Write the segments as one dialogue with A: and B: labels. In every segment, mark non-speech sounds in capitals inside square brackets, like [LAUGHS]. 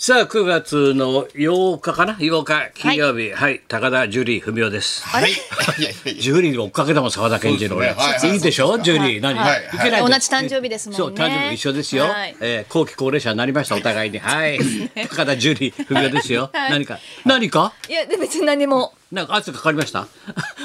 A: さあ9月の8日かな8日金曜日はい、高田ジュリー文雄です
B: はい。いやいやいや
A: ジュリーの追っかけたもん沢田研二の俺、
B: そうですねはいは
A: い、
B: い
A: いでしょジュリー何、
B: はい
A: い、
B: はい
A: けないんだよ
C: 同じ誕生日ですもんね。
A: そう誕生日一緒ですよ、
C: はい
A: えー後期高齢者になりましたお互いにはい高田ジュリー文雄ですよ、何か何か
C: いや、で別に何も、
A: なんか圧がかかりました [LAUGHS]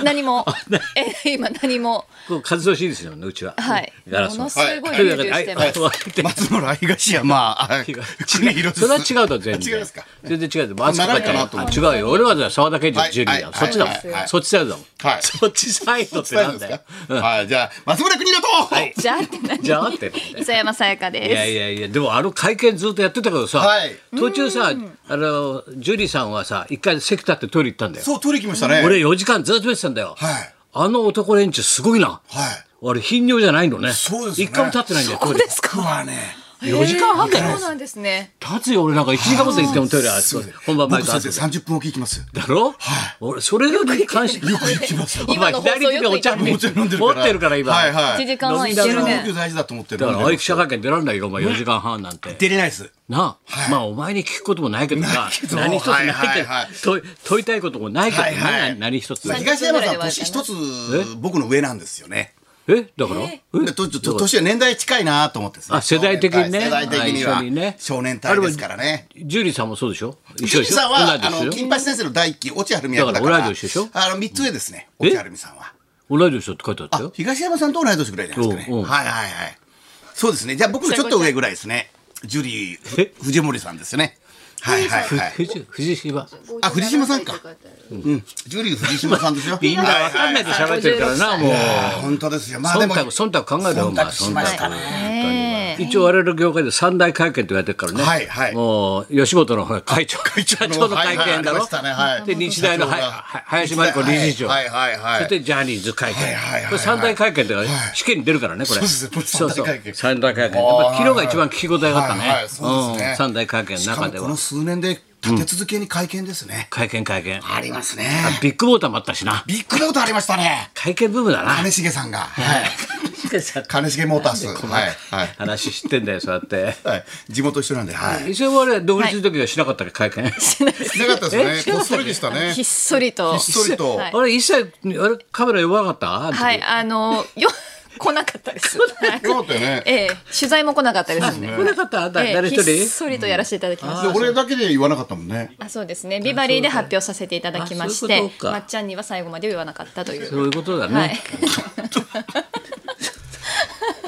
C: 何も
A: な、
C: え、今何も、
A: こう風通しいいですよねうちは
C: はい。
A: ガラス
C: もの
A: も
C: すごい
A: と
C: 流
A: いうわけ
C: 流
A: ではい [LAUGHS]
C: してます。
B: 松村東山、まあ、国広
A: それは違うと全然
B: 違いますか
A: 全然違うと熱く
B: 長
A: か
B: いかなと思
A: 違うよ俺は沢田研二のジュリーだ、
B: はい
A: そっちだもん、
B: はいはい
A: そっちサイドだもん、
B: はい
A: そっちサイドってなんだよ
B: はい、じゃあ、松村国広と。はい。
C: じゃあって何
A: じゃあってなんだよ
C: 磯山さやか
A: いや
C: で
A: いやいやでもあの会見ずっとやってたけどさ、
B: はい
A: 途中さあのジュリーさんはさ一回席立ってトイレ行ったんだよ
B: そう、取り来ましたね。
A: 俺
B: はい。
A: 4時間ずっと見てたんだよ、
B: はい
A: あの男連中すごいな俺頻尿じゃないのね
B: そうですね
A: 一回も立ってないんだよ
C: す。
A: ト
C: そう
A: イレ
C: です
B: 僕
C: か。
B: はね。
A: 4時間半だ
C: そ
A: よ
C: うなんですね。
A: 立つよ俺なんか1時間もと行ってもトイレあ本番前と
B: 僕さ
A: 後
B: て
A: で
B: 三十分おき行きます。
A: だろ、俺それに関してよく
B: 行きます。
A: お前
C: 今の放
A: 左
C: 送
A: 手で
C: よく
A: お
C: 言った
A: 茶
C: ね
A: 持
B: も
A: って
B: ちろん飲んでるから。
A: るから今、
B: はいは
C: 一
B: い。
C: 時間はいけ
B: 水
C: る
B: 分補給
C: ね。
B: 大事だと思ってる。
A: だからああいう記者会見出られないよお前4時間半なんて。
B: 出れないです。
A: なあ、まあお前に聞くこともないけどさ
B: ないけど
A: 何一つないけど、
B: はいはいはい
A: 問い問いたいこともないけどね、
B: はいはい
A: 何一つ
C: はい
B: 東山さん、年一つ僕の上なんですよね。
A: えだからえ
B: でとちょっと年は年代近いなと思ってですね
A: あ世代的にね
B: 世代的に
A: あ一緒にね
B: は少年隊ですからね。
A: ジュリーさんもそうでしょ一
B: ジ
A: 緒
B: ュ
A: で
B: リー
A: しょ
B: さんは、あ
A: 同い
B: の、
A: 年
B: 金
A: よ
B: 八先生の第一期、落合晴美役だか
A: だから
B: ら。
A: 同い年でしょ
B: あの、三つ上ですね、
A: え
B: 落合晴美さんは。
A: 同い年だって書いてあった
B: あ
A: よ、
B: 東山さんと同い年ぐらいじゃないですか
A: うんう
B: ね。
A: ん
B: はいはいはい。そうですね。じゃあ僕のちょっと上ぐらいですね。ジュリー
A: え
B: ふ、藤森さんですね。はいはいはい。
A: 藤藤島
B: あ、藤島さんか。うん。ジュリー藤島さんですよ。
A: みんなわかんないで喋ってるからな、もう
B: あ本当ですよ。まあで
A: 忖
B: も、
A: 度忖度考えろよお前
B: 忖度しましたね
C: ねえ
A: 一応我々の業界で三大会見と言われてるからね、
B: はいはい
A: もう吉本のほら会長会長の会見だ
B: はいはいあり
A: ろ、
B: ましたねはい
A: で日大のは
B: 社長が
A: は林真理子理事長、
B: はいはいはいはい
A: そしてジャニーズ会見、
B: はいはいはいはい
A: これ三大会見というか、
B: はい
A: 試験に出るからねこれ
B: そうですねこれ
A: そうそう
B: 三大会見
A: 三大会見
B: あー
A: やっぱ昨日が一番聞き応えがあったね,、
B: はいはいそうですね
A: ん三大会見の
B: しか
A: 中
B: も
A: で
B: こ
A: は
B: の数年で立て続けに会見ですね。
A: 会見会見
B: ありますね。
A: ビッグモーターもあったしな
B: ビッグなことありましたね。
A: 会見ブームだな
B: 金重さんが。はい。金重モータース。はい。はい。
A: 話知ってんだよそうやって
B: はい。地元一緒なんで。はい。
A: 一応我々独立の時はしなかったっけ会見、
B: しなかったですね。こっそりでしたね
C: ひっ。そりと。
B: ひっそりと。
C: はい
A: あれ一切あれカメラ弱かったあの時
C: はい、あの、よ、来なかったです。
B: よかったよね。
C: ええ、取材も来なかったですね。
A: 来なかったあんた
C: ええ
A: 誰一
C: ひっ
A: 人
C: そりとやらせていただきまし
B: で
C: た。
B: 俺だけで言わなかったもんね。
C: あそうですねビバリーで発表させていただきまし
A: あそ
C: て
A: ういうことか
C: まっちゃんには最後まで言わなかったという
A: そういうことだね、
C: [LAUGHS] はい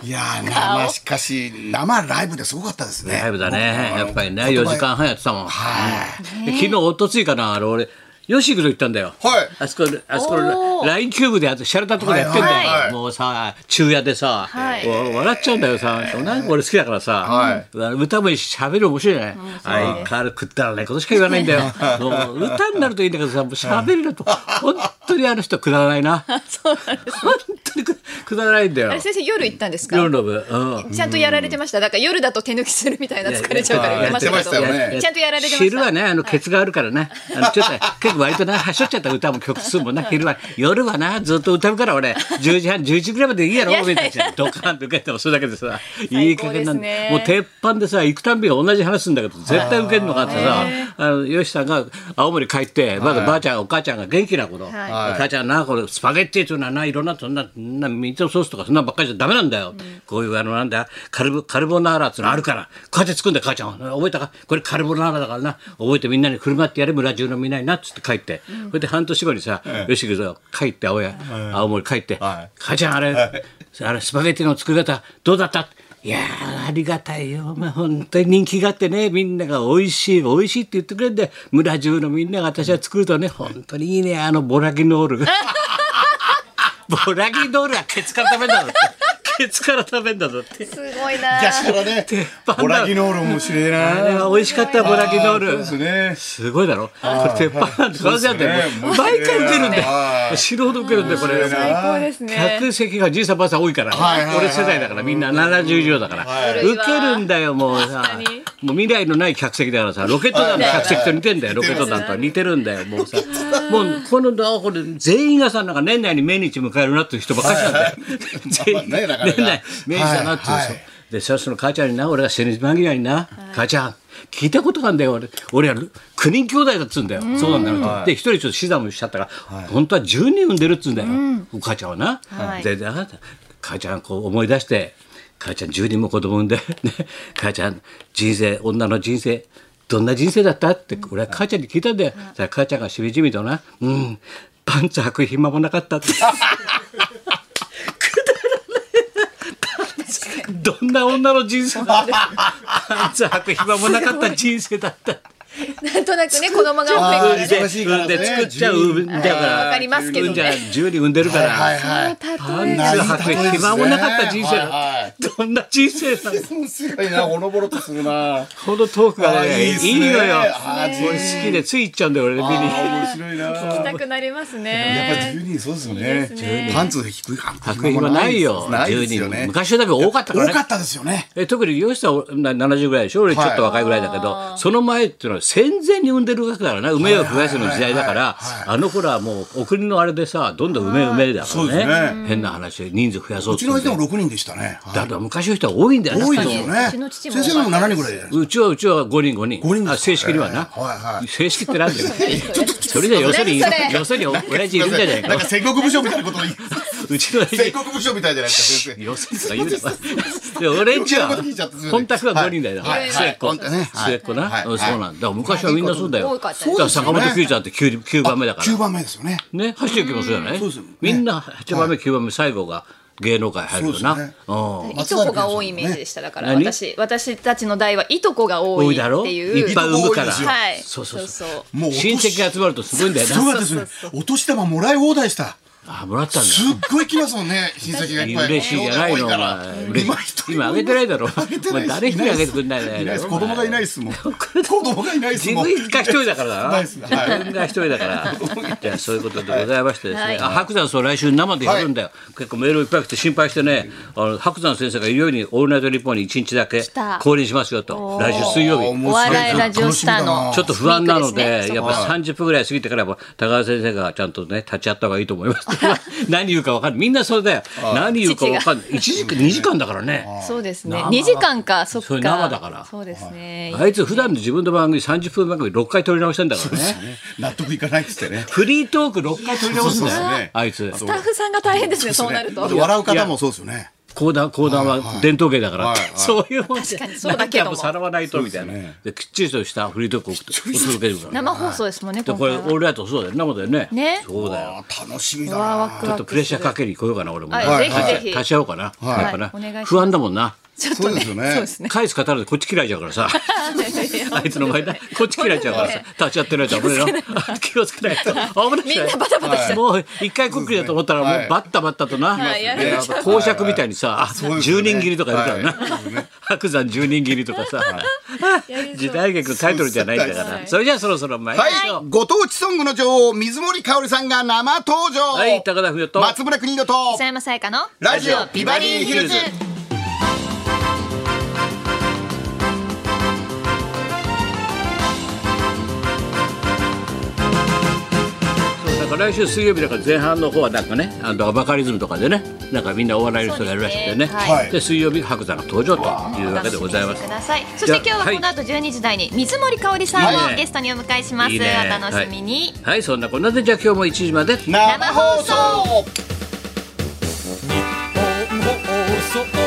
B: いやー、まあしかし、生ライブですごかったですね。
A: ライブだね
B: 僕
A: やっぱりね
B: あの
A: 4時間半やってたもん、
B: はい。
A: で昨日おとついかなあの俺ヨシ行くと行ったんだよ、
B: はい
A: あそこあそこ
C: おー
A: ラインキューブであとシャレたとこでやってんだよ、
B: はいはい
A: もうさ昼夜でさ、
C: はい
A: わ笑っちゃうんだよさなんか俺好きだからさ、
B: はい
A: 歌もいいし喋る面白いじゃない、相変わらずくだらないことしか言わないんだ
C: [LAUGHS]
A: よもう歌になるといいんだけどさもう喋るのと本当にあの人くだらないな
C: そうなんです
A: 本当にくくだらないんだよ
C: あれ先生夜行ったんですか
A: 夜の部うん
C: ちゃんとやられてましただから夜だと手抜きするみたいな疲れちゃうから言ってましたけど
B: やってましたよね
C: ちゃんとやられてました
A: 昼はねあのケツがあるからね、あのちょっと結構割となはしょっちゃった歌も曲数もな昼は夜はなずっと歌うから俺10時半11時ぐらいまでいいやろ
C: いや
A: 俺たちドカンと受けてもそれだけでさいい加減なんで
C: 最高ですね
A: もう鉄板でさ行くたんび同じ話すんだけど絶対受けるのかってさあのよしさんが青森帰ってまだばあちゃんお母ちゃんが元気な頃、
C: はい
A: お母ちゃんなこれスパゲッティっていうのはないろんなそんなそんなミートソースとかそんなばっかりじゃダメなんだよ、こういうあのなんだカルボカルボナーラっていうのあるからこうやって作るんだよ母ちゃん覚えたかこれカルボナーラだからな覚えてみんなに振る舞ってやれ村中のみんなになっつって帰って、それで半年後にさ、よし行くぞ帰って青や、青森帰って、
B: はい
A: 母ちゃんあれ、あれスパゲッティの作り方どうだったいやーありがたいよ、まあ、本当に人気があってねみんなが美味しい美味しいって言ってくれるんで村中のみんなが私は作るとね本当にいいねあのボラギノール
B: [LAUGHS]
A: ボラギノールはケツから食べんだぞってケツから食べんだぞって
C: すごいな
B: 昔からね、オラギノール面白い
A: あれ
B: な。
A: は美味しかったボラギノー
B: そう
A: ル
B: ですね。
A: すごいだろこれ鉄板なんてこれじゃんだよ
B: そうですね
A: もう毎回出るんだ
B: は
A: よ素人受けるんだよこれ
C: 最高ですね
A: 客席がじいさんばあさん多いから、
B: はいはい
A: 俺世代だからみんな70以上だから、
B: はい
A: 受けるんだよもう
C: 確
A: さ
C: かに
A: もう未来のない客席だからさロケット団の客席と似てんだよロケット団と似てるんだよもうさもうこのだこれ全員がさなんか年内に命日迎えるなっていう人ばっかりなんだよ [LAUGHS] 全員
B: まあねなかなか
A: 年内命日だなっていう人
B: はいはい
A: でさその母ちゃんにな俺が死ぬ間際にな、母ちゃん聞いたことがあるんだよ俺俺は9人兄弟だっつうんだよそうなんだよ、で一人ちょっと死産もしちゃったから、本当は10人産んでるっつうんだよ、お母ちゃんはな、
C: はい
A: でであなた母ちゃんこう思い出して母ちゃん10人も子供産んで、ね、母ちゃん人生女の人生どんな人生だったって俺は母ちゃんに聞いたんだよ、そしたら母ちゃんがしみじみとな「うんパンツ履く暇もなかった」って。どんな女の人生だ
B: [LAUGHS]
A: ったパンツ履く暇もなかった人生だった。
C: なんとなくね子供が多いから
B: あー
C: ね
B: そう忙しいからね
A: で作っちゃうんだから。
C: わかりますけどね
A: じゃ十人産んでるから。
B: はいはい。
A: パン
C: 例え
A: ツ
C: ば
A: 履く暇もなかった人生だった。
B: はいはい
A: どんな人生なんだ
B: 面白いな、ほのぼろとするな。
A: このトークが
B: あー
A: ね、
B: いい
A: い
B: っすね
A: いのよ。
B: あー
A: 俺好きでつい行っちゃうんだよ、俺ね、見に。
B: 面白いな。
C: 聞き
B: やった
C: くなります
B: ぱ
C: ね
B: 十人そうですよね。パンツ低い履
A: 履く暇ないよ、
B: ない
A: 十
B: です
A: 人
B: よね。
A: 昔だけ多かったから
B: 多
A: ね
B: か。ったですよね。
A: え特に漁師さんな70ぐらいでしょ俺ちょっと若いぐらいだけど、その前っていうのは戦前に産んでるわけだからな梅を増やすの時代だからあの頃はもうお国のあれでさどんどん梅梅だから
B: そうです
A: ね
B: ね
A: 変な話で人数増やそう
B: う
A: っ
B: ち
A: て
B: の
A: 言うんで
B: 相手も六人でしたね。はい
A: だから昔の人は多いんだよ
B: 多い
A: 確
B: で
A: か
B: す
A: に
B: よね。
C: うちの父
B: 先
C: も
B: 生の方も七人ぐらいじゃないです
A: うちはうちは5人5人
B: 五人ですか
A: あ正式にはな、
B: はいはい
A: 正式ってなんだ
B: [LAUGHS]
A: よそれじゃ要するに
C: 何それ
A: 要するに親父いるんじゃない
B: か。なん
A: か
B: か戦国武将みたいなことを言 [LAUGHS] う。
A: うちの親
B: 戦
A: 父
B: 国武将みたいじゃないですか、先生。
A: 要するにとか言うなで俺んちは本宅は5人だよ、
B: はいはい
A: 末っ子、
B: はいはい
A: 末っ子な、
B: はい
A: うんそうなんだ、だから昔はみんなそうだよ
C: 多かったですね
A: だから坂本九ちゃんって 9, 九番目だから
B: 9番目ですよね。
A: ね橋幸もそうじゃない、
B: そうですよね
A: みんな8番目9番目最後が芸能界入るとな、
B: そうですね
A: うん
C: いとこが多いイメージでしただから
A: 何
C: 私私たちの代はいとこが多
A: 多
C: い
A: いだろ
C: っていう
A: いっぱい産むから
B: 多いですよ
C: はい
A: そうそうそう
C: そう
B: もう落とし
A: 親戚が集まるとすごいんだよ
B: そう
A: な
B: なんですよ。お年玉もらい放題した。
A: あもらったんだ
B: すっごい来ますもんね、親戚がいっぱい。
A: 嬉しいじゃないのお前
B: 今一人も
A: 今あげてないだろ
B: あげて
A: お
B: ない
A: 前
B: です
A: 誰一人あげてくんない
B: い
A: だ
B: な
A: ろ
B: いです。子供がいないですもん。子供がいないです
A: 自
B: もん。
A: 分が一人だからだな
B: ないです
A: 自
B: ねはい
A: 分が一人だからじゃあそういうことでございましてですね、
C: はい
A: あ白山そう来週生でやるんだよ、結構メールいっぱい来て心配してねあの白山先生が言うように「オールナイトニッポン」に一日だけ
C: た
A: 降臨しますよと来週水曜日
C: お笑いラジオスターの
A: ちょっと不安なの
C: スイー
A: で
C: ツですね
A: やっぱ30分ぐらい過ぎてからやっぱ高川先生がちゃんとね立ち会った方がいいと思います [LAUGHS] 何言うか分かんないみんなそれだよ何言うか分かんない1時間2時間だからね
C: そうですね二時間かそっ
A: そ
C: か
A: れ生だから
C: そうですね
A: あいつ普段の自分の番組30分番組6回撮り直してんだからね
B: 納得いかないっつってね。
A: フリートーク6回撮り直すんだ
B: そうそうそう
A: よ
B: ね
A: [LAUGHS] あいつ
C: スタッフさんが大変ですねそうなると
B: 笑う方もそうですよね。
A: 講談講談は伝統芸だから
B: はいはい
A: そういうもん
C: 確かにそうだけども
A: なんかさらわないとみたいな
B: そうですね
A: できっちりとしたフリートークをお届けるから
C: 生放送ですもんね
A: で
C: 今
A: これ
C: 回は
A: 俺らとそうだよ生だよね
C: ね
A: そうだよ
B: あー楽しみだ
C: うわ
B: な。
C: ワ
A: ち
C: ク
A: ょ
C: ワ
A: っと
C: ク
A: プレッシャーかけに来ようかな俺もね
C: はい
B: ぜひ
C: ぜひ
A: 立ち会おうかな
B: はい
A: やっぱな
C: はいお願いします
A: 不安だもんな
C: ちょっとね
B: そ
C: そうう
B: ですよね
C: ですね
A: 返す方でこっち嫌いじゃうからさ [LAUGHS] あいつの前
C: [LAUGHS]
A: だこっち嫌いちゃうからさ立ち会ってるやつ危ねえな [LAUGHS] 気をつけないと危ない
C: みんなバタバタしちゃう
A: もう一回こっきりだと思ったら
B: はい
A: もうバッタバッタとな
C: はいやられちゃう
A: ね公爵みたいにさ
B: うです
A: 10
B: よね
A: 人切りとかいるから
B: はいそうです
A: な白山10人切りとかさ時代劇のタイトルじゃないんだか
C: は
A: ら
C: い
A: それじゃあそろそろ参りましょ
B: はい、
A: う
B: ご当地ソングの女王水森かおりさんが生登場。
A: はい高田文夫と
B: 松村邦洋と
C: 磯山さやかの
B: ラジオビバリーヒルズ。
A: そうなんか来週水曜日だから前半の方はなんかねあのバカリズムとかでねなんかみんなお笑いの人がいるらしくてね
C: そうですね
B: はい
A: で水曜日白山が登場というわけでございます
C: くださいそして今日はこの後12時台に水森かおりさんをゲストにお迎えします
A: いいね
C: お楽しみに
A: はいそんなこんなでじゃあ今日も1時まで
B: 生放送。
D: 放送